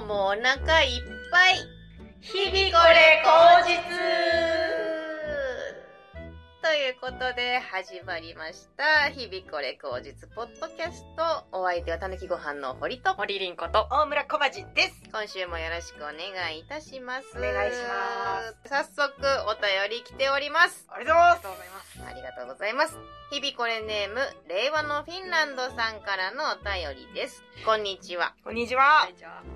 腹いっぱい日々これ口実ということで始まりました「日々これ口実」ポッドキャストお相手はたぬきご飯の堀と森凛子と大村小町です。今週もよろしくお願いいたしますお願いし早速お便り来ておりますありがとうございます。ありがとうございます。日々これネーム、令和のフィンランドさんからのお便りです。こんにちは。こんにちは。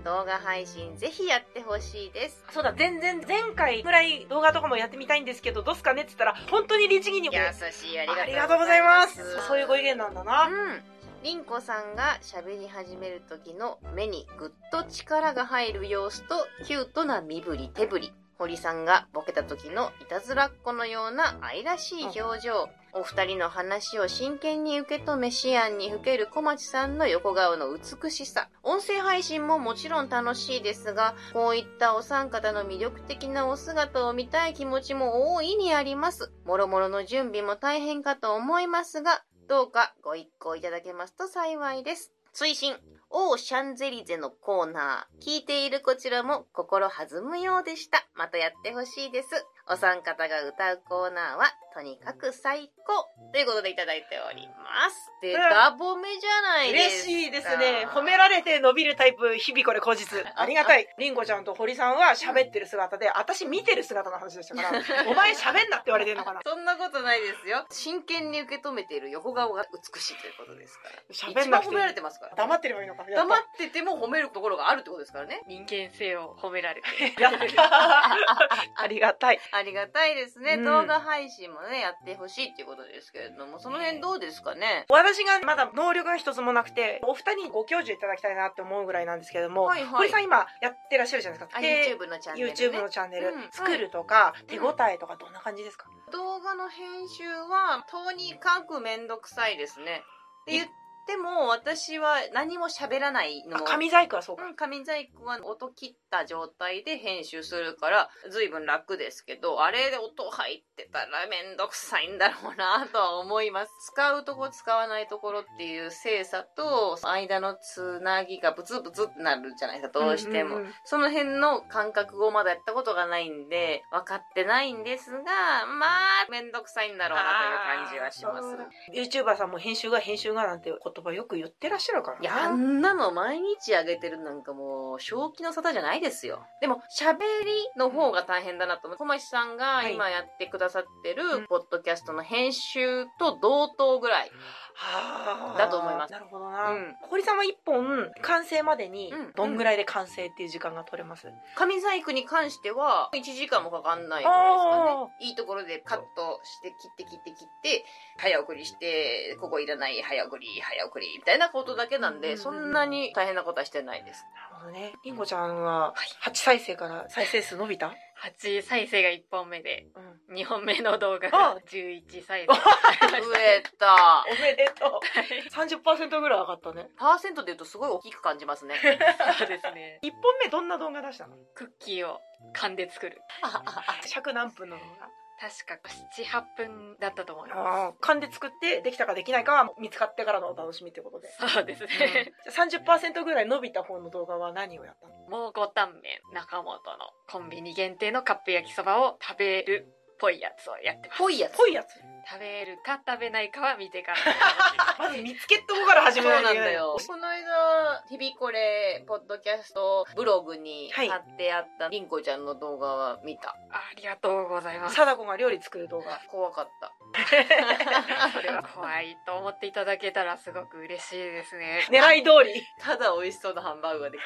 動画配信ぜひやってほしいです。そうだ、全然、前回ぐらい動画とかもやってみたいんですけど、どうすかねって言ったら、本当に律儀に。優しい、あありりがとうがとうごござざいいま。ますす。そういうご意見なんだな。うん。りんこさんが喋り始める時の目にぐっと力が入る様子とキュートな身振り手振り。堀さんがボケた時のいたずらっ子のような愛らしい表情。お二人の話を真剣に受け止め思案にふける小町さんの横顔の美しさ。音声配信ももちろん楽しいですが、こういったお三方の魅力的なお姿を見たい気持ちも大いにあります。もろもろの準備も大変かと思いますが、どうかご一行いただけますと幸いです。推進、オーシャンゼリゼのコーナー。聞いているこちらも心弾むようでした。またやってほしいです。お三方が歌うコーナーは、とにかく最高。ということでいただいております。で、うんダボめじゃないで嬉すか。。しいですね。褒められて伸びるタイプ、日々これ口実。ありがたい。りんごちゃんと堀さんは喋ってる姿で、私見てる姿の話でした から、お前喋んなって言われてるのかなそんなことないですよ。真剣に受け止めている横顔が美しいということですから。一喋ん番なく褒てめいいられてますから。黙ってればいいのか。や っ黙たってても褒めるところがあるってことですからね。人間性を褒められて。やった。ありがたい。 ありがたいですね。うん動画配信もね、やってほしいっていうことですけれども、その辺どうですかね。私がまだ能力が一つもなくて、お二人にご教授いただきたいなって思うぐらいなんですけれども、はいはい堀さん今やってらっしゃるじゃないですあ、か。で YouTube のチャンネル、ね。 YouTube のチャンネル、うんはい作るとか、手応えとかどんな感じですか、動画の編集は、とにかくめんどくさいですね。って言っても、私は何も喋らないのあ、も。紙細工はそうか。うん、紙細工は音切った状態で編集するから随分楽ですけどあれで音入ってたらめんどくさいんだろうなとは思います使うとこ使わないところっていう精査と間のつなぎがブツブツってなるじゃないですかどうしても、んんんその辺の感覚をまだやったことがないんで分かってないんですがまあめんどくさいんだろうなという感じはします YouTuber さんも編集が編集がなんて言葉よく言ってらっしゃるからないや、あんなの毎日あげてるなんかもう、正気の沙汰じゃないですよ。でも、喋りの方が大変だなと思う。小町さんがはい今やってくださってうるん、ポッドキャストの編集と同等ぐらい。はあだと思いますなるほどな、うん堀さんは一本完成までにうんどんぐらいで完成っていう時間が取れます、紙細工に関しては、1時間もかかんないぐらいですかねあ。いいところでカットして、切って切って切って、早送りして、ここいらない、早送り、早送り、みたいなことだけなんうんで、うんうんそんなに大変なことはしてないです。なるほどねりんごちゃんは8再生から再生数伸びた、 8再生が1本目で、うん2本目の動画があ11再生。増えた。おめでとう。 三十パーセントぐらい上がったね。パーセントで言うとすごい大きく感じますね。そうですね。一本目どんな動画出したの？クッキーを噛んで作る。尺何分の動確か7、8分だったと思い画？まああ、勘で作ってできたかできないかは見つかってからのお楽しみってことで。す。そうです ね。三十パーセントぐらい伸びた方の動画は何を やったの？蒙古タンメン中本のコンビニ限定のカップ焼きそばを食べるっぽいやつをやってます。ぽいやつ。ぽいやつ。食べるか食べないかは見てから。まず見つけっとこから始そうめないなとんいけなだい。よ。この間、日々これ、ポッドキャストブログに貼はいってあった、りんこちゃんの動画は見た。ありがとうございます。貞子が料理作る動画。怖か った。それは怖いと思っていただけたらすごく嬉しいですね。狙い通 り。ただ美味しそうなハンバーグができ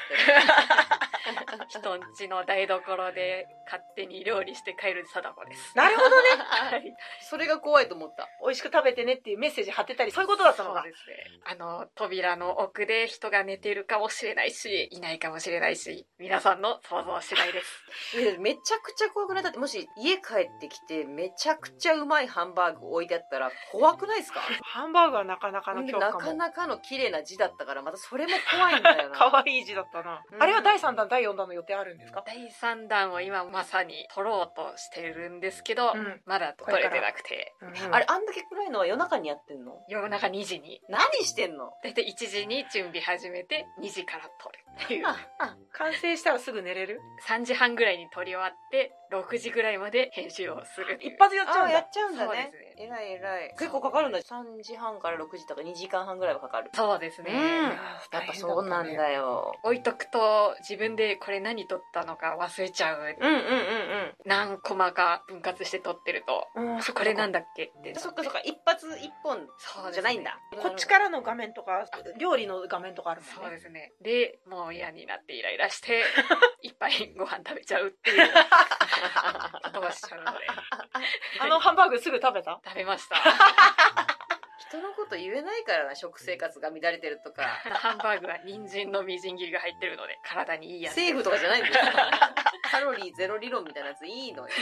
人んちの台所で勝手に料理して帰る貞子です。なるほどね。 たはり。い、それが怖いと思った。美味しく食べてねっていうメッセージ貼ってたり、そういうことだったのそうか。ですね。あの、扉の奥で人が寝てるかもしれないし、いないかもしれないし、皆さんの想像次第です。えめちゃくちゃ怖くないだって、もし家帰ってきて、めちゃくちゃうまいハンバーグ置いてあったら、怖くないです かハンバーグはなかなかの強な化かも。 なかの綺麗な字だったから、またそれも怖いんだよな。 可愛い字だったなう。んあれは第三弾、第第4弾の予定あるんですか第3弾を今まさに撮ろうとしてるんですけど、うんまだ撮れてなくてあれ、あんだけ暗いのは夜中にやってんの夜中2時に何してんの大体1時に準備始めて2時から撮るっていうああ完成したらすぐ寝れる3時半ぐらいに撮り終わって6時ぐらいまで編集をするっていう一発やっちゃうあんやだっちゃうんだねそうですねえらいえらい結構かかるんだ3時半から6時とか2時間半ぐらいはかかるそうですね、うんややっぱそうなんよだよ置いとくと自分でこれ何撮ったのか忘れちゃううんうんうん何コマか分割して撮ってるとうんこれなんだっけってそっかそっか一発一本そうですねじゃないんだこっち からの画面とか料理の画面とかあるもそんうねですねでもう嫌になってイライラしていっぱいご飯食べちゃうっていうことをしちゃうのであのハンバーグすぐ食べた食べました人のこと言えないからな食生活が乱れてるとかハンバーグは人参のみじん切りが入ってるので体にいいやつセーフとかじゃ ないんだよカロリーゼロ理論みたいなやついいのよ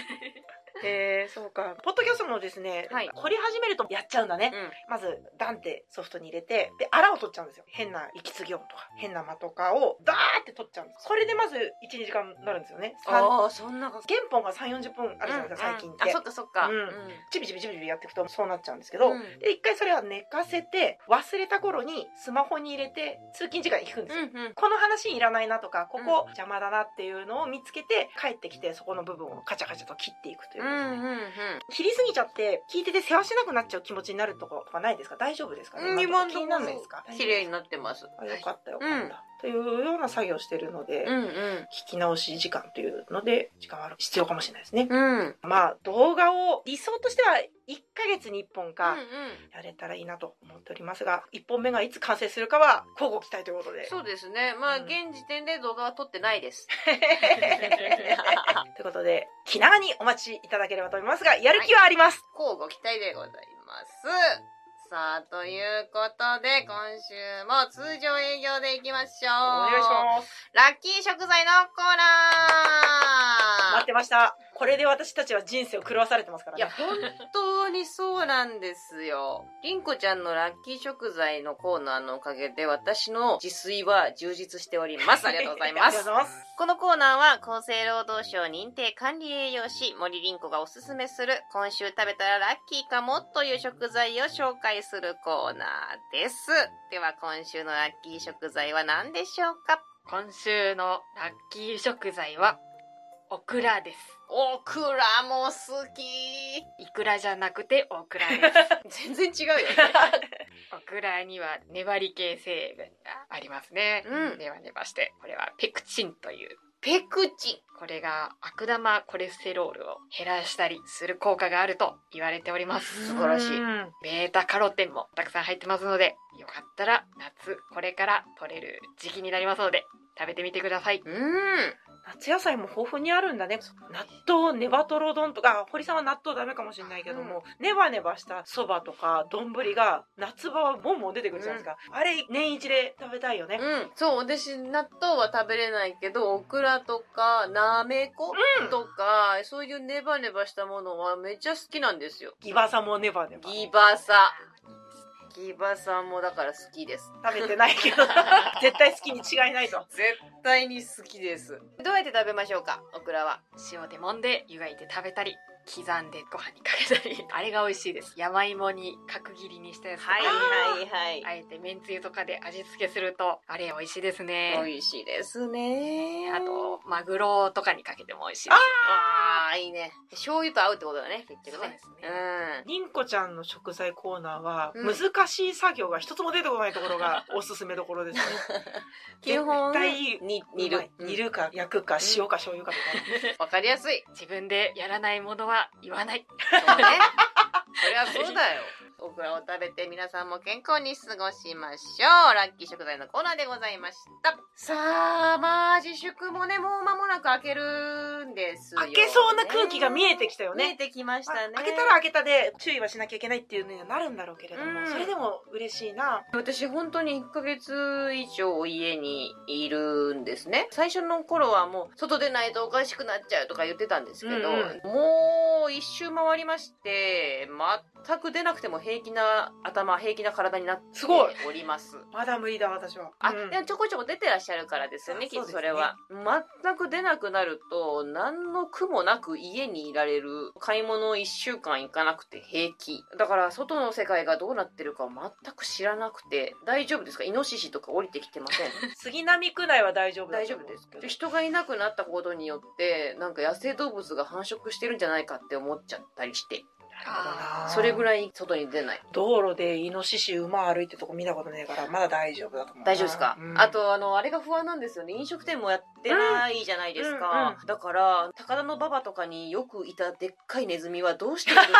へえそうかポッドキャストもですね、はい掘り始めるとやっちゃうんだね、まずダンってソフトに入れてでアラを取っちゃうんですよ変な息継ぎ音とか変な間とかをダーって取っちゃうんですこれでまず12時間になるんですよねさん原ああそんなこと本が340分あるじゃないですか、最近ってあそっかそっかうんチビチビチビチビやっていくとそうなっちゃうんですけど、うんで一回それは寝かせて忘れた頃にスマホに入れて通勤時間に聞くんですよ、うんこの話いらないなとかここ邪魔だなっていうのを見つけて帰ってきてそこの部分をカチャカチャと切っていくといううですね、んうん切りすぎちゃって聞いてて世話しなくなっちゃう気持ちになるとことかないですか大丈夫ですかね、うん今のとこ気になんないですか綺麗になってますあよかったよかうっんた、というような作業をしてるので、うんうん聞き直し時間というので時間はある必要かもしれないですね、うんまあ動画を理想としては1ヶ月に1本か、うんうんやれたらいいなと思っておりますが1本目がいつ完成するかは交互期待ということで。そうですね。まあ、うん現時点で動画は撮ってない です。ということで気長にお待ちいただければと思いますがやる気はあります、こうご期待でございます。さあ、ということで、今週も通常営業でいきましょう。お願いしますラッキー食材のコー待っナーてましたこれで私たちは人生を狂わされてますからいねや、本当にそうなんですよ。りんこちゃんのラッキー食材のコーナーのおかげで、私の自炊は充実しております。ありがとうございま ありがす とう。ございますこのコーナーは厚生労働省認定管理栄養士森凛子がおすすめする今週食べたらラッキーかもという食材を紹介するコーナーです。では今週のラッキー食材は何でしょうか 今週のラッキー食材はオクラですオクラも好きイクラじゃなくてオクラです 全然違うよね。オクラには粘り系成分がありますね。 うんネバネバして。これはペクチンという。ペクチこれが悪玉コレステロールを減らしたりする効果があると言われております。素晴らしいうんベータカロテンもたくさん入ってますので、よかったら夏これから取れる時期になりますので、食べてみてください。ン。うん。夏野菜も豊富にあるんだね納豆ネバトロ丼とかあ堀さんは納豆ダメかもしれないけども、ネバネバしたそばとか丼が夏場はボンボン出てくるじゃないですか、あれ年一で食べたいよね、うん、そう私納豆は食べれないけどオクラとかなめこうんとか、そういうネバネバしたものはめっちゃ好きなんですよギバサもネバネバギバサギバさんもだから好きです食べてな いけど絶対好きに違いないと絶対に好きですどうやって食べましょうかオクラは塩で揉んで湯がいて食べたり、刻んでご飯にかけたり、 あれが美味しいです。山芋に角切りにしたやつとか。いあえてめんつゆとかで味付けすると、あれ美味しいですね。美味しいですねあと、マグロとかにかけても美味しい。あーいいね醤油と合うってことだね結局ねそうですねうりんこちゃんの食材コーナーはうん難しい作業が一つも出てこないところが おすすめどころですねん 基本絶対に煮る煮るか焼くか塩か醤油かみたいなうんわかりやすい自分でやらないものは言わない。そうね。そりゃそうだ よ。オクラを食べて皆さんも健康に過ごしましょう。ラッキー食材のコーナーでございました。さあ、まあ自粛もね、もう間もなく開けるんですよ、開けそうな空気が見えてきたよ見えね。てきましあたね。開けたら開けたで注意はしなきゃいけないっていうのにはなるんだろうけれども、うんそれでも嬉しいな。私本当に1ヶ月以上家にいるんですね最初の頃はもう外出ないとおかしくなっちゃうとか言ってたんですけど、うんもう一周回りまして全く出なくても平気な頭平気な体になってすごいおりますまだ無理だ私はあ、うんでもちょこちょこ出てらっしゃるからですよねあきっとそうですそねれは全く出なくなると何の苦もなく家にいられる買い物1週間行かなくて平気だから外の世界がどうなってるかを全く知らなくて大丈夫ですかイノシシとか降りてきてません杉並区内は大丈夫 だ大と丈思夫うですけど人がいなくなったことによってなんか野生動物が繁殖してるんじゃないかって思っちゃったりしてあそれぐいらい外に出ない道路でイノシシ馬歩いてるとこ見たことねえからまだ大丈夫だと思うな大丈夫ですか、うんあとあのあれが不安なんですよね飲食店もやってないじゃないですか、だから高田の馬場とかによくいたでっかいネズミはどうしているんだ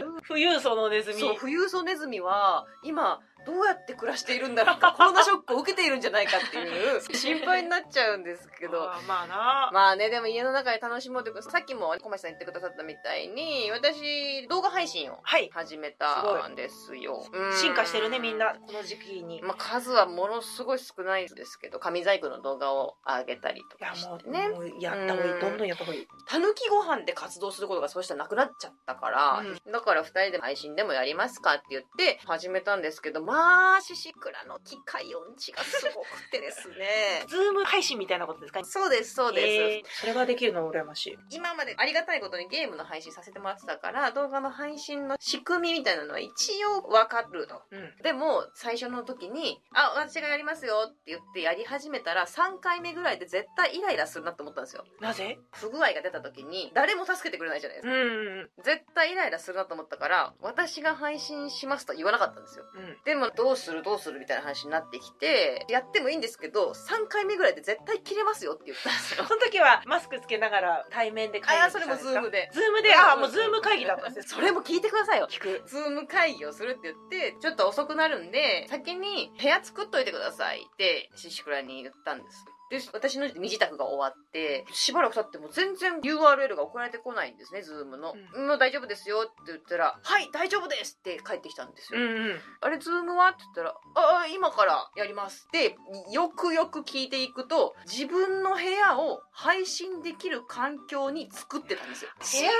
ろう富裕層のネズ ミそう富裕層ネズミは今どうやって暮らしているんだろうかコロナショックを受けているんじゃないかって いう 心配になっちゃうんですけどあーまあな、まあね、でも家の中で楽しもうというか、さっきも小町さん言ってくださったみたいに、私、動画配信をはい始めたんですよ。うん進化してるねみん。なこの時期に、まあ、数はものすごい少ないですけど、紙細工の動画を上げたりといやかしもてう,、ね。もうやった方がいうんいどんどんやった方がいい。たぬきご飯で活動することがそうしたらなくなっちゃったから、だから二人で配信でもやりますかって言って始めたんですけど、まあ、シシクラの機械音痴がすごくてですねズーム配信みたいなことです かそうです、そうです。えーそれができるのは羨ましい今までありがたいことにゲームの配信させてもらってたから動画の配信の仕組みみたいなのは一応分かると。うんでも最初の時に「あ私がやりますよ」って言ってやり始めたら3回目ぐらいで絶対イライラするなって思ったんですよなぜ不具合が出た時に誰も助けてくれないじゃないですうかんうん絶対イライラするなと思ったから私が配信しますとは言わなかったんですようんでもどうするどうするみたいな話になってきてやってもいいんですけど3回目ぐらいで絶対切れますよって言ったんですよその時はマスクつけながら対面 で会議あしそれたんでもすズかームでズームであもうズーム会議だったんですね それも聞いてくださいよ聞くズーム会議をするって言ってちょっと遅くなるんで先に部屋作っといてくださいってシシクラに言ったんですで私の身支度が終わってしばらく経っても全然 URL が送られてこないんですねズームの、もう大丈夫ですよって言ったら「はい大丈夫です」って帰ってきたんですうよ、んうんあれズームはって言ったら「ああ今からやります」でよくよく聞いていくと自分の部屋を配信できる環境に作ってたんですよ部屋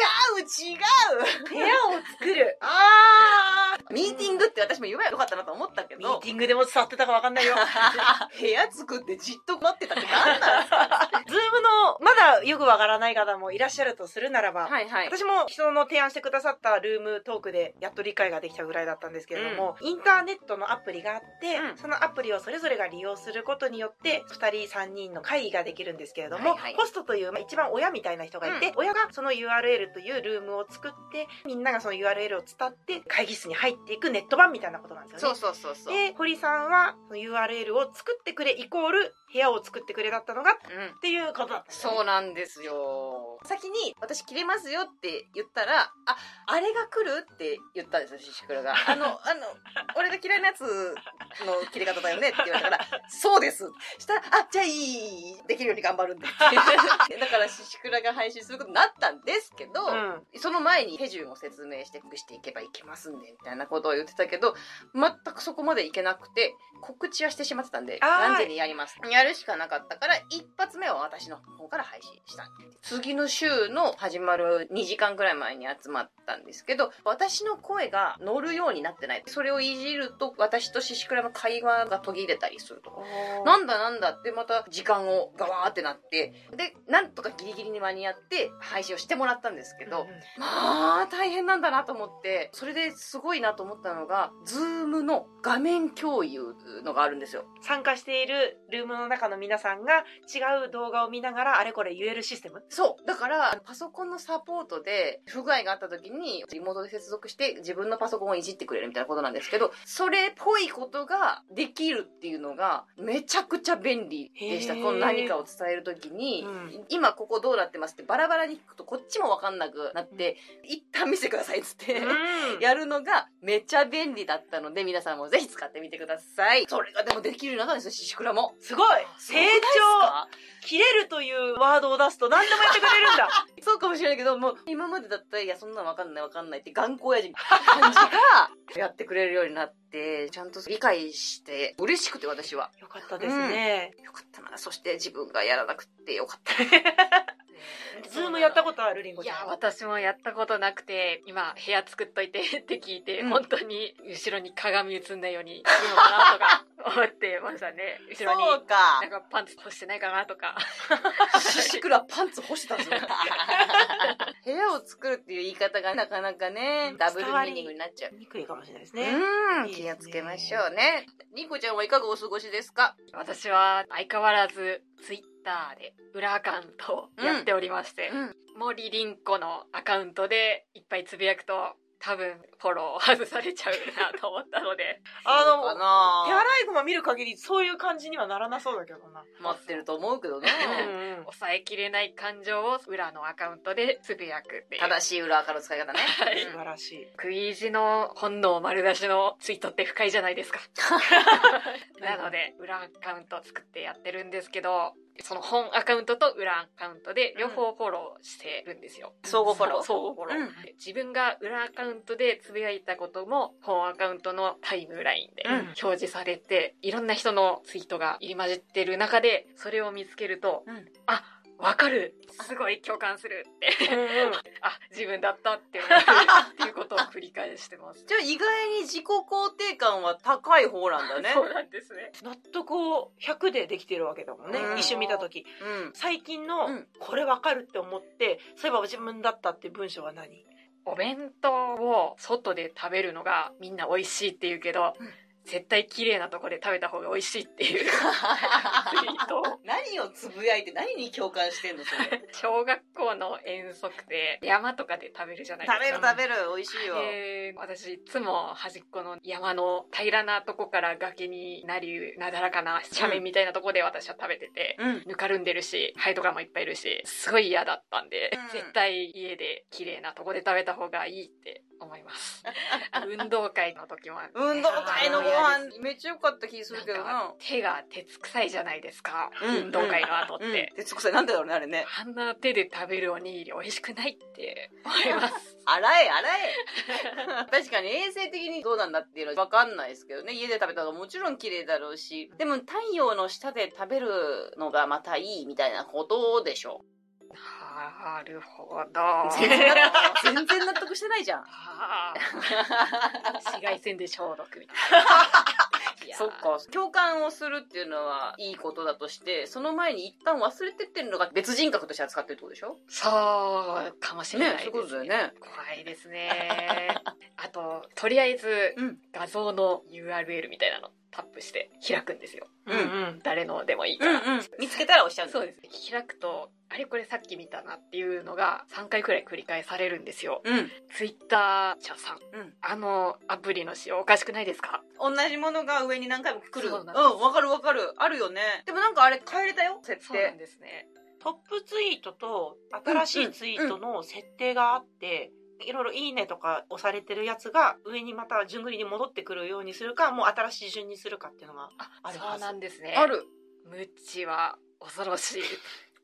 違う違う部屋を作る あーミーティングって私も言えばよかったなと思ったけミーどティングでも伝わってたかわか んないよズー部屋作ってじっと待ってたって何なんですかムのまだよくわからない方もいらっしゃるとするならば、はいはい私も人の提案してくださったルームトークでやっと理解ができたぐらいだったんですけれども、インターネットのアプリがあって、うんそのアプリをそれぞれが利用することによって2人3人の会議ができるんですけれども、はいはいホストという、まあ、一番親みたいな人がいて、親がその URL というルームを作ってみんながその URL を伝って会議室に入っていくネット版みたいなことなんですよね。そうそうそうそう、で堀さんはその URL を作ってくれイコール部屋を作ってくれだったのがっうんていうことだったんですよねそうなんですよ先に「私切れますよ」って言ったら「ああれが来る?」って言ったんですよシシクラ が「あのあの俺が嫌いなやつの切れ方だよね」って言われたから「そうです」したら「あじゃあいいできるように頑張る んで」ってだからシシクラが配信することになったんですけど、うんその前に手順を説明してしていけばいけますんで、みたいなことを言ってたけど、全くそこまでいけなくて、告知はしてしまってたんで、あー何時にやります。やるしかなかったから、一発目は私の方から配信した。次の週の始まる2時間くらい前に集まったんですけど、私の声が乗るようになってない。それをいじると、私とシシクラの会話が途切れたりするとか。ななんだなんだってまた時間をガワーってなって、で、なんとかギリギリに間に合って配信をしてもらったんですけど、まあ大変なんだなと思ってそれですごいなと思ったのが Zoom の画面共有のがあるんですよ参加しているルームの中の皆さんが違う動画を見ながらあれこれ言えるシステムそうだからパソコンのサポートで不具合があった時にリモートで接続して自分のパソコンをいじってくれるみたいなことなんですけどそれっぽいことができるっていうのがめちゃくちゃ便利でしたへーこの何かを伝える時に、うん今ここどうなってますってバラバラに聞くとこっちも分かんなくなって、一旦見せてくださいっつって。ややるのがめっちゃ便利だったので皆さんもぜひ使ってみてくださいそれがでもできるようになったんですよシシクラもすごい成長切れるというワードを出すと何でもやってくれるん だ長そうかもしれないけどもう今までだったらいやそんなのわかんないわかんないって頑固親父みたいな感じがやってくれるようになってちゃんと理解して嬉しくて私はよかったですね、よかったなそして自分がやらなくてよかったズームやったことあるりんごいちゃやんは私もやったことなくて今部屋作っといて って聞いて、うん本当に後ろに鏡映んないようにいいのかなとか思ってましたね後ろにそうかなんかパンツ干してないかなとか シシクラパンツ干 したぞ部屋を作るっていう言い方がなかなかね、ダブルミーニングになっちゃう。にくいかもしれないですうねーん、気をつけましょうね。りんこちゃんはいかがお過ごしですか私は相変わらずツイッターで裏アカウントをやっておりまして、うん。森凛子のアカウントでいっぱいつぶやくと多分フォロー外されちゃうなと思ったのであどうかの手洗ない駒見る限りそういう感じにはならなそうだけどな持ってると思うけどね。うん抑えきれない感情を裏のアカウントでつぶやくっていう正しい裏垢の使い 方ね。はい素晴らしい食い意地の本能丸出しのツイートって深いじゃないで すか。なので、裏アカウント作ってやってるんですけど、その本アカウントと裏アカウントで両方フォローしてるんですよ。相互フォロー相互フォロー。うんで自分が裏アカウントでつぶやいたことも本アカウントのタイムラインでうん表示されて、いろんな人のツイートが入り混じってる中で、それを見つけると、うんあ、わかるすごい共感するって。あ、自分だったって思うっていうことを繰り返して ます。じゃあ意外に自己肯定感は高い方なんだね。そうなんですね。納得を100でできてるわけだもんね、うん一瞬見た時うん。最近の、 うんこれわかるって思ってそういえば自分だったって文章は何お弁当を外で食べるのがみんな美味しいって言うけど、うん絶対綺麗なとこで食べた方が美味しいっていう ツイートを何をつぶやいて何に共感してんのそれ。小学校の遠足で山とかで食べるじゃないです食か。べる食べる、美味しいよ。で私いつも端っこの山の平らなとこから崖になりなだらかな斜面みたいなとこで私は食べてて、うん。ぬかるんでるし、ハエとかもいっぱいいるし、すごい嫌だったんで、うん絶対家で綺麗なとこで食べた方がいいって思い ます。運動会の時も、運動会のごあー飯めっちゃ良かった気するけどななんか。手が鉄臭いじゃないですか、うん運動会の後って。うん。鉄臭いなんだろうね、あれね。あんな手で食べるおにぎり美味しくないって思います。洗え、洗え。 確かに衛生的にどうなんだっていうのは分かんないですけどね。家で食べたのもちろん綺麗だろうし。でも太陽の下で食べるのがまたいいみたいなことでし ょなるほ ど。う。全然納得全然納得してないじゃん。 あー紫外線で消毒みたいないやー。そっか。共感をするっていうのはいいことだとして、その前に一旦忘れてってるのが別人格として扱ってるってことでしょそうかもしれなねいですそういうことだよね。怖いで すねあととりあえずうん画像の URL みたいなのタップして開くんですようんん誰のでもいいから、ん。見つけたらおっしゃる。そうです開くとあれこれさっき見たなっていうのが3回くらい繰り返されるんですようん。ツイッター社さん、うんあのアプリの仕様おかしくないですか同じものが上に何回も来る。そうなんですうん、わかるわかる。あるよね。でもなんかあれ変えれたよ、設そうなん定。ですねトップツイートと新しいツイートの設定があって、いろいろいいねとか押されてるやつが上にまた順繰りに戻ってくるようにするか、もう新しい順にするかっていうのが。ああるはずそうなんですねある。無知は恐ろしい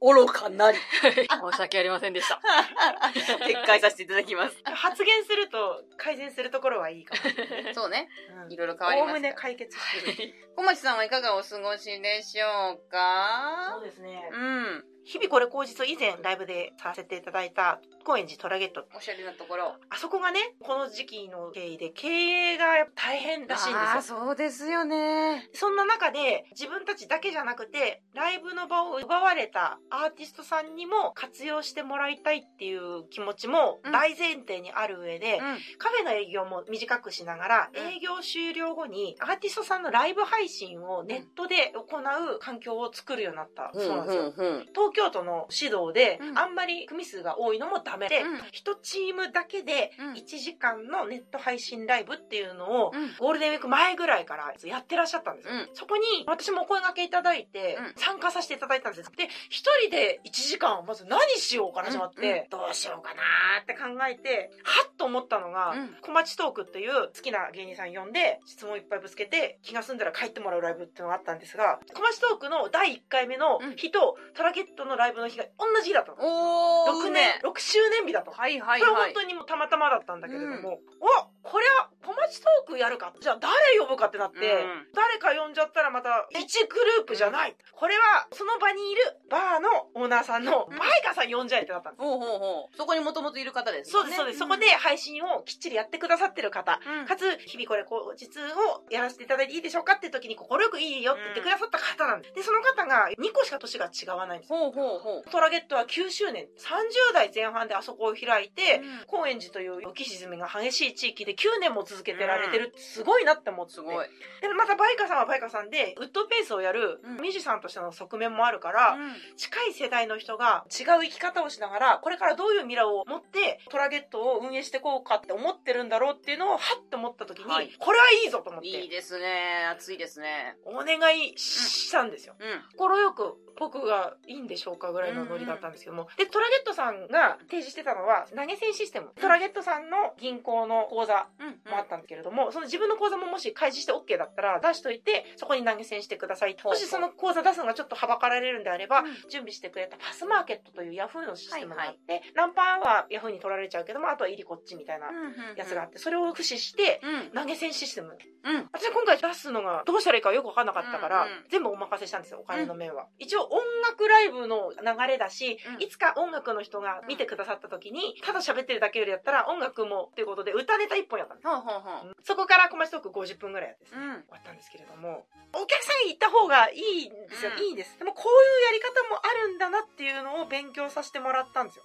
愚かなり。 申し訳ありませんでした 撤回させていただきます。発言すると改善するところはいいかもしれな い。そうね。うんいろいろ変わりますから。おおむね解決してる。小町さんはいかがお過ごしでしょうか そうですね。うん。日々これ口実以前ライブでさせていただいた高円寺トラゲット。おしゃれなところ。あそこがね、この時期の経緯で経営が大変らしいんですあよ。ーそうですよね。そんな中で自分たちだけじゃなくてライブの場を奪われたアーティストさんにも活用してもらいたいっていう気持ちもうん大前提にある上で、うん。カフェの営業も短くしながら、うん営業終了後にアーティストさんのライブ配信をネットで行う環境を作るようになったそうなんですよ。うん。東京都の指導で、うんあんまり組数が多いのもダメで、うん一チームだけでうん1時間のネット配信ライブっていうのをうんゴールデンウィーク前ぐらいからやってらっしゃったんですよ。うそこに私もお声掛けいただいてうん参加させていただいたんですよ。で、一人で1時間まず何しようから始まって、どうしようかなーって考えて、はっと思ったのが、うん小町トークっていう好きな芸人さん呼んで質問いっぱいぶつけて気が済んだら帰ってもらうライブっていうのがあったんですが、小町トークの第1回目の日とトラゲットのライブの日が同じ日だったの。おー。 6年、6周年日だったの。はいはいこれはは本い。当にもうたまたまだったんだけれども、おこれは友達トークやるかじゃあ誰呼ぶかってなって、うん誰か呼んじゃったらまた1グループじゃない、これはその場にいるバーのオーナーさんのうんマイカさん呼んじゃえってなったんです、ほうほうほう。そこにもともといる方ですそもうんでね。すそうです、そこで配信をきっちりやってくださってる 方うん。かつ、日々これ、後日をやらせていただいていいでしょうかっていう時に、心よくいいよって言ってくださった方なんです。で、その方が2個しか年が違わないんですよ。ほうほうほう。トラゲットは9周年、30代前半であそこを開いて、うん高円寺という浮き沈みが激しい地域で9年も続けてられてるってすごいなって思っててすごい。でまたバイカさんはバイカさんでウッドペースをやるうんミュージシャンとしての側面もあるから、近い世代の人が違う生き方をしながらこれからどういう未来を持ってトラゲットを運営していこうかって思ってるんだろうっていうのをはって思った時に、はいこれはいいぞと思っていいですね。熱いですね。お願いしたんですよ。うん。心よく僕がいいんでしょうかぐらいのノリだったんですけども、でトラゲットさんが提示してたのは投げ銭システムトラゲットさんの銀行の口座うん。もあったんですけれども、その自分の口座ももし開示して OK だったら出しといて、そこに投げ銭してくださいと。ほうもほうしその口座出すのがちょっとはばかられるんであれば、うん準備してくれたパスマーケットというヤフーのシステムがあって、ナンパはヤフーに取られちゃうけども、あとは入りこっちみたいなやつがあって、それを駆使して、うん。投げ銭システム。うん。私今回出すのがどうしたらいいかよくわかんなかったから、うんうん全部お任せしたんですよ、お金の面は。一応音楽ライブの流れだし、うんいつか音楽の人が見てくださった時に、ただ喋ってるだけよりやったら音楽もということで歌ネタ一本やったんですほうほうほう。そこから小町トーク50分ぐらいやってですうね、ん。終わったんですけれども、お客さんに行った方がいいんですよ、うんいいです。でもこういうやり方もあるんだなっていうのを勉強させてもらったんですよ。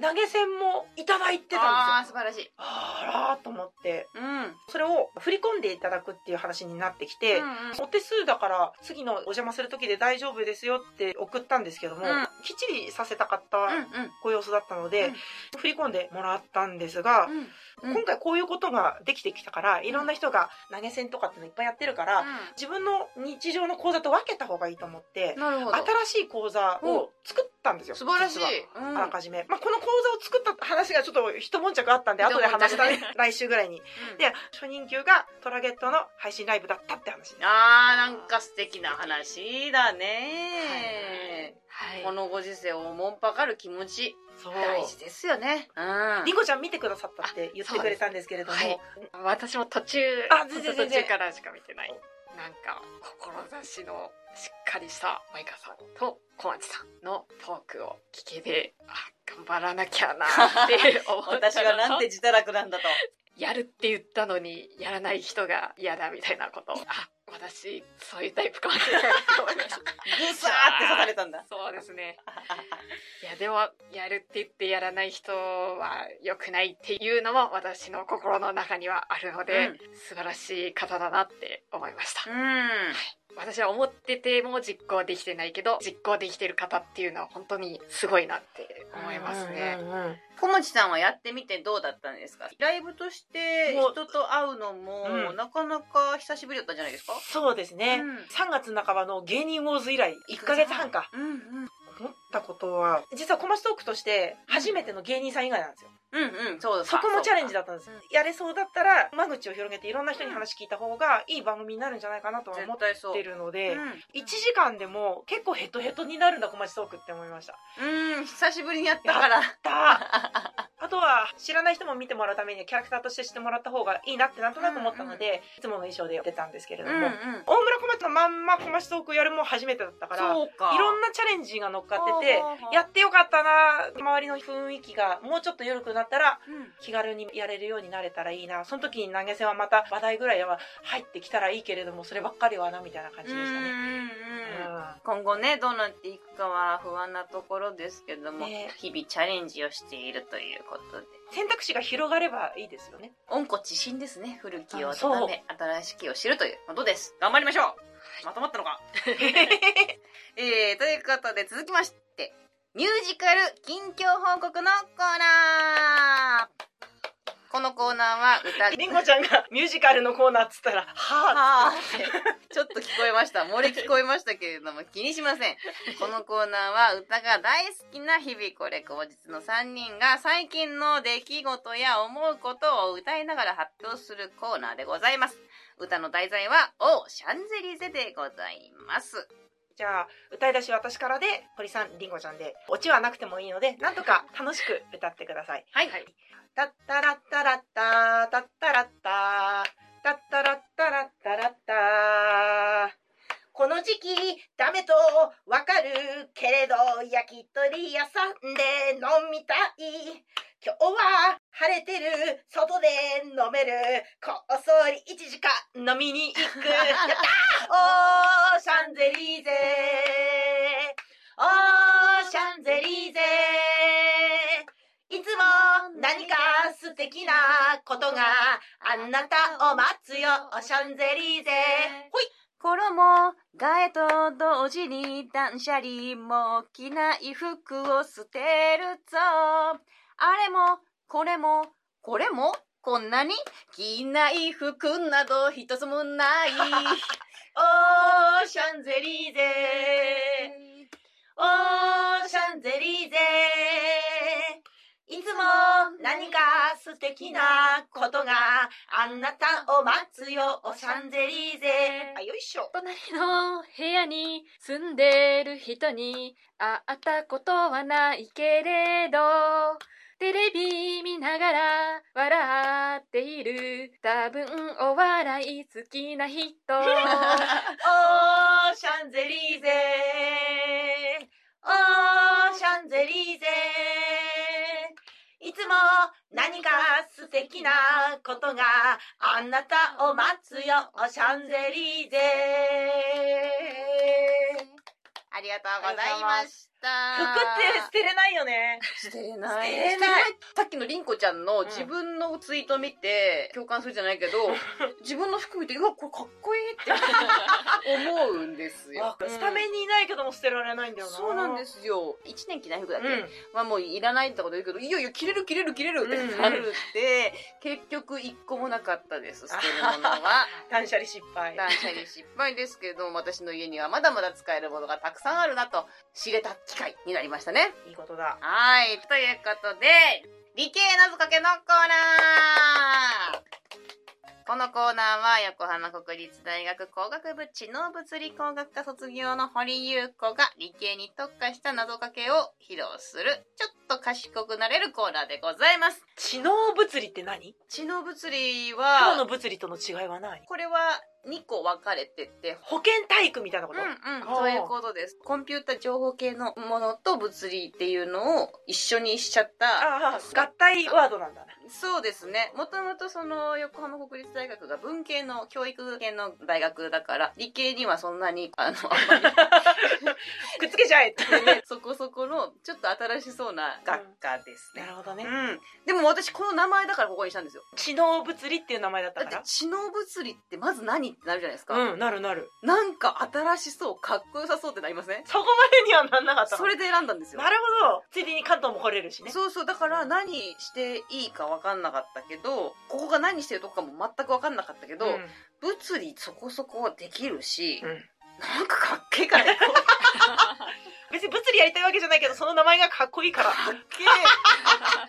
投げ銭もいただいてあたんあ、です素よ。晴らしい。あらーと思って、うん。うんそれを振り込んでいただくっていう話になってきて、お手数だから次のお邪魔する時で大丈夫ですよって送ったんですけども、うんきっちりさせたかったうん。ご様子だったので、うん振り込んでもらったんですが、うん。うん。うん今回こういうことができてきたからいろんな人が投げ銭とかってのいっぱいやってるから、自分の日常の講座と分けた方がいいと思ってなるほど。新しい講座を作ったんですよ素晴らしい実は。うんあらかじめ、まあ、この講座を作った話がちょっと一悶着あったんで後で話したね来週ぐらいにでで初任給がトラゲットの配信ライブだったって話ですあー、なんか素敵な話だね。はいこのご時世をおもんぱかる気持ち、そう大事ですよね。うん。リコちゃん見てくださったって言ってくれたんですけれども、あそうで私も途中あ全然途全然中からしか見てないなんか志のしっかりしたマイカさんと小松さんのトークを聞けてあ頑張らなきゃなって思ったのとて自堕落 なんだと。やるって言ったのにやらない人が嫌だみたいなことあ私そういうタイプかもしれないと思いましたぐさーって刺されたんだ。そうですねいやでもやるって言ってやらない人は良くないっていうのも私の心の中にはあるので、うん素晴らしい方だなって思いましたう、ん。私は思ってても実行できてないけど実行できてる方っていうのは本当にすごいなって思いますね、うんうんうん小町さんはやってみてどうだったんですかライブとしてもう人と会うのも、うんなかなか久しぶりだったんじゃないですかそうですね、うん3月半ばの芸人ウォーズ以来1ヶ月半かうんうん思ったことは実はコマストークとして初めての芸人さん以外なんですようんうんそうだそこもチャレンジだったんですそうかやれそうだったら間口を広げていろんな人に話聞いた方がいい番組になるんじゃないかなとは思絶っ対そうてるので1う時間でも結構ヘトヘトになるんだ小町トークって思いま したん、うん、久しぶりにやったからだあとは知らない人も見てもらうためにはキャラクターとして知ってもらった方がいいなってなんとなく思ったので、いつもの衣装で出たんですけれうどんも、うん大村小町のまんま小町トークやるも初めてだったからそうかいろんなチャレンジが乗っかってほてうほうほうやってよかったな周りの雰囲気がもうちょっと緩くなったらうん気軽にやれるようになれたらいいなその時に投げ銭はまた話題ぐらいは入ってきたらいいけれどもそればっかりはなみたいな感じうんでしたね。うんうん今後ねどうなっていくかは不安なところですけども、ね日々チャレンジをしているということでうん選択肢が広がればいいですよね。温故知新ですね古きをあそう温め新しきを知るということです頑張りましょうまとまったのかえー、ということで続きましてミュージカル近況報告のコーナーこのコーナーは歌りんごちゃんが ミュージカルのコーナーっつったら「はあはーってちょっと聞こえました漏れ聞こえましたけれども気にしませんこのコーナーは歌が大好きな日々これ後日の3人が最近の出来事や思うことを歌いながら発表するコーナーでございます歌の題材は「おシャンゼリゼ」でございますじゃあ歌い出し私からで堀さんりんごちゃんでオチはなくてもいいのでなんとか楽しく歌ってください。はいはいタッタラッタラッタタッタラッタタッタラッタラッタラッタこの時期ダメとわかるけれど焼き鳥屋さんで飲みたい今日は晴れてる外で飲めるこっそり1時間飲みに行くやったーおーシャンゼリーゼおーシャンゼリーゼいつも何か素敵なことがあなたを待つよシャンゼリーゼほい衣替えと同時に断捨離も着ない服を捨てるぞあれもこれもこれもこんなに着ない服など一つもない オーシャンゼリーゼオーシャンゼリーゼいつも何か素敵なことがあなたを待つよシャンゼリーゼあよいしょ隣の部屋に住んでる人に会ったことはないけれどテレビ見ながら笑っている多分お笑い好きな人オーシャンゼリーゼオーシャンゼリーゼいつも何か素敵なことがあなたを待つよシャンゼリーゼありがとうございました服って捨てれないよね捨てれない捨てれないさっきのりんこちゃんのん自分のツイート見て共感するじゃない けど自分の服見てうわこれかっこいいって思うんです よスタメンにいないけども捨てられないんだよなそうなんですすよ1年着ない服だうけ、んまあもういらないってこと言うけどいやいや着れる着れる着れるってうんうんなるって、結局一個もなかった です捨てるものは断捨離失敗断捨離失敗ですけど私の家にはまだまだ使えるものがたくさんあるなと知れた機会になりましたねいいことだはい。ということで、理系謎かけのコーナーこのコーナーは横浜国立大学工学部知能物理工学科卒業の堀優子が理系に特化した謎かけを披露する、ちょっと賢くなれるコーナーでございます。知能物理って何知能物理今日はの、物理との違いは何これは2個分かれてて、保健体育みたいなこと、うんあうーん、そういうことです。コンピュータ情報系のものと物理っていうのを一緒にしちゃったああ合体ワードなんだねそうですね。もともとその横浜国立大学が文系の教育系の大学だから、理系にはそんなに、あの、あんまくっつけちゃえり ね、そこそこのちょっと新しそうな学科ですなねる。ほどうね、ん。でも私この名前だからここにしたんですよ。知能物理っていう名前だっただっかてら知能物理ってまず何ってなるじゃないですか。うんなるなるなんか新しそう、かっこよさそうってなりませんそこまでにはなんなかったのそれで選んだんですよな。るほどついでに関東も来れるしねそうそうだから何していいか分かんなかったけどここが何してるとこかも全く分かんなかったけど、うん物理そこそこできるし、うんなんかかっけえからかっ別に物理やりたいわけじゃないけどその名前がかっこいいから けえ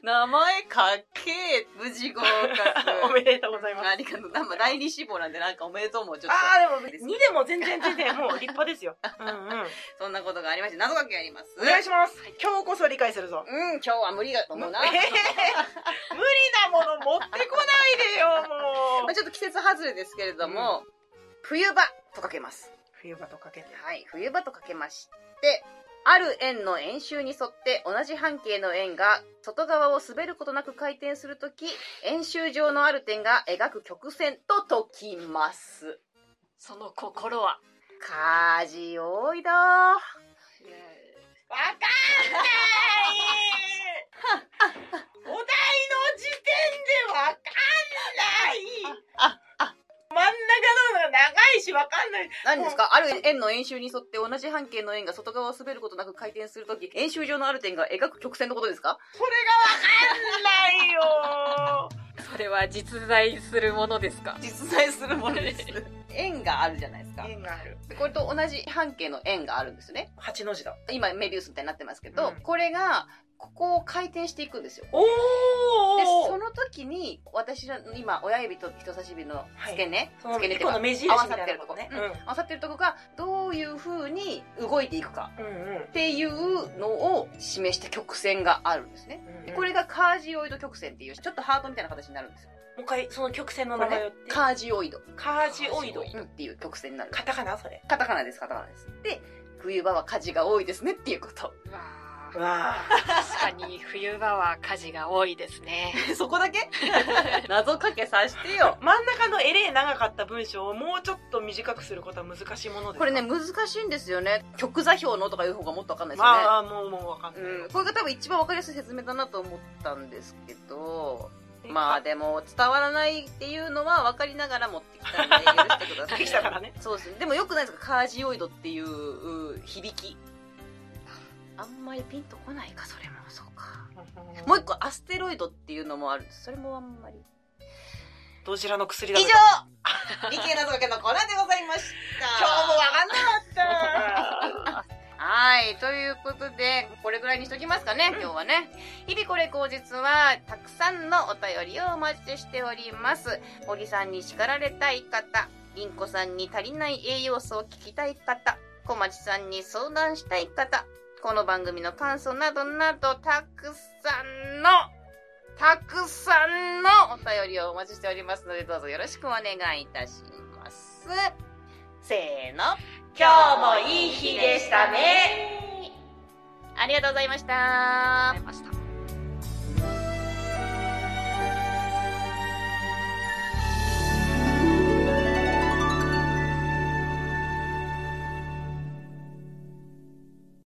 名前かっけえ無事 合格おめでとうございますありがとうなんか第二志望なんでなんかおめでとうもちょっああーでですもね2でも全然全然もう立派です よ、うんうん、とそんなことがありまして謎かけやりますお願いします今日こそ理解するぞうん今日は無理だと思うな、えー無理なもの持ってこないでよもまあ、うちょっと季節外れですけれども、冬場とかけます冬場とかけてはい、冬場とかけまして、ある円の円周に沿って同じ半径の円が外側を滑ることなく回転するとき、円周上のある点が描く曲線と解きます。 その心は家事多いだわかんないお題の時点でわかんない真ん中のが長いしわかんない何ですかある円の円周に沿って同じ半径の円が外側を滑ることなく回転するとき、円周上のある点が描く曲線のことですかそれがわかんないよそれは実在するものですか実在するものです。 円があるじゃないですか。縁があるこれと同じ半径の円があるんですよね。八の字だ今メビウスみたいになってますけど、うんこれがここを回転していくんですよ。おで、そおの時に、私の今、親指と人差し指の付け根、その付け根っ一て個かの目印みたいなことね合わ合わさってるとこが、どういう風に動いていくかうんうんっていうのを示した曲線があるんですね。うんでうんこれがカージオイド曲線っていう、ちょっとハートみたいな形になるんですよ。もう一回その曲線の名前を言ってカージオイドカージオイドうんっていう曲線になる。カタカナそれカタカナです、カタカナです。で、冬場は火事が多いですねっていうこと。うわーわ確かに冬場は火事が多いですね。そこだけ 謎かけさしてよ。真ん中のエレー長かった文章をもうちょっと短くすることは難しいものですかこれね、難しいんですよね。曲座標のとかいう方がもっとわかんないですよね。まあもうもうわかんない、うん、これが多分一番わかりやすい説明だなと思ったんですけど、まあでも伝わらないっていうのは分かりながら持ってきたんで許してくだ さい。できたからね。そうですね。でもよくないですかカージオイドっていうう響き。あんまりピンとこないか、それも。そうか。もう一個、アステロイドっていうのもあるんです。それもあんまり。どちらの薬以だ上理系なぞかけのコーナーでございま した。今日もわかんなかったはい。ということで、これぐらいにしときますかね、今日はね。日々これ口実は、たくさんのお便りをお待ちしております。森さんに叱られたい方、りんこさんに足りない栄養素を聞きたい方、小町さんに相談したい方、この番組の感想などなど、たくさんの、たくさんのお便りをお待ちしておりますので、どうぞよろしくお願いいたします。せーの。今日もいい日でしたね。ありがとうございましたありがとうございました。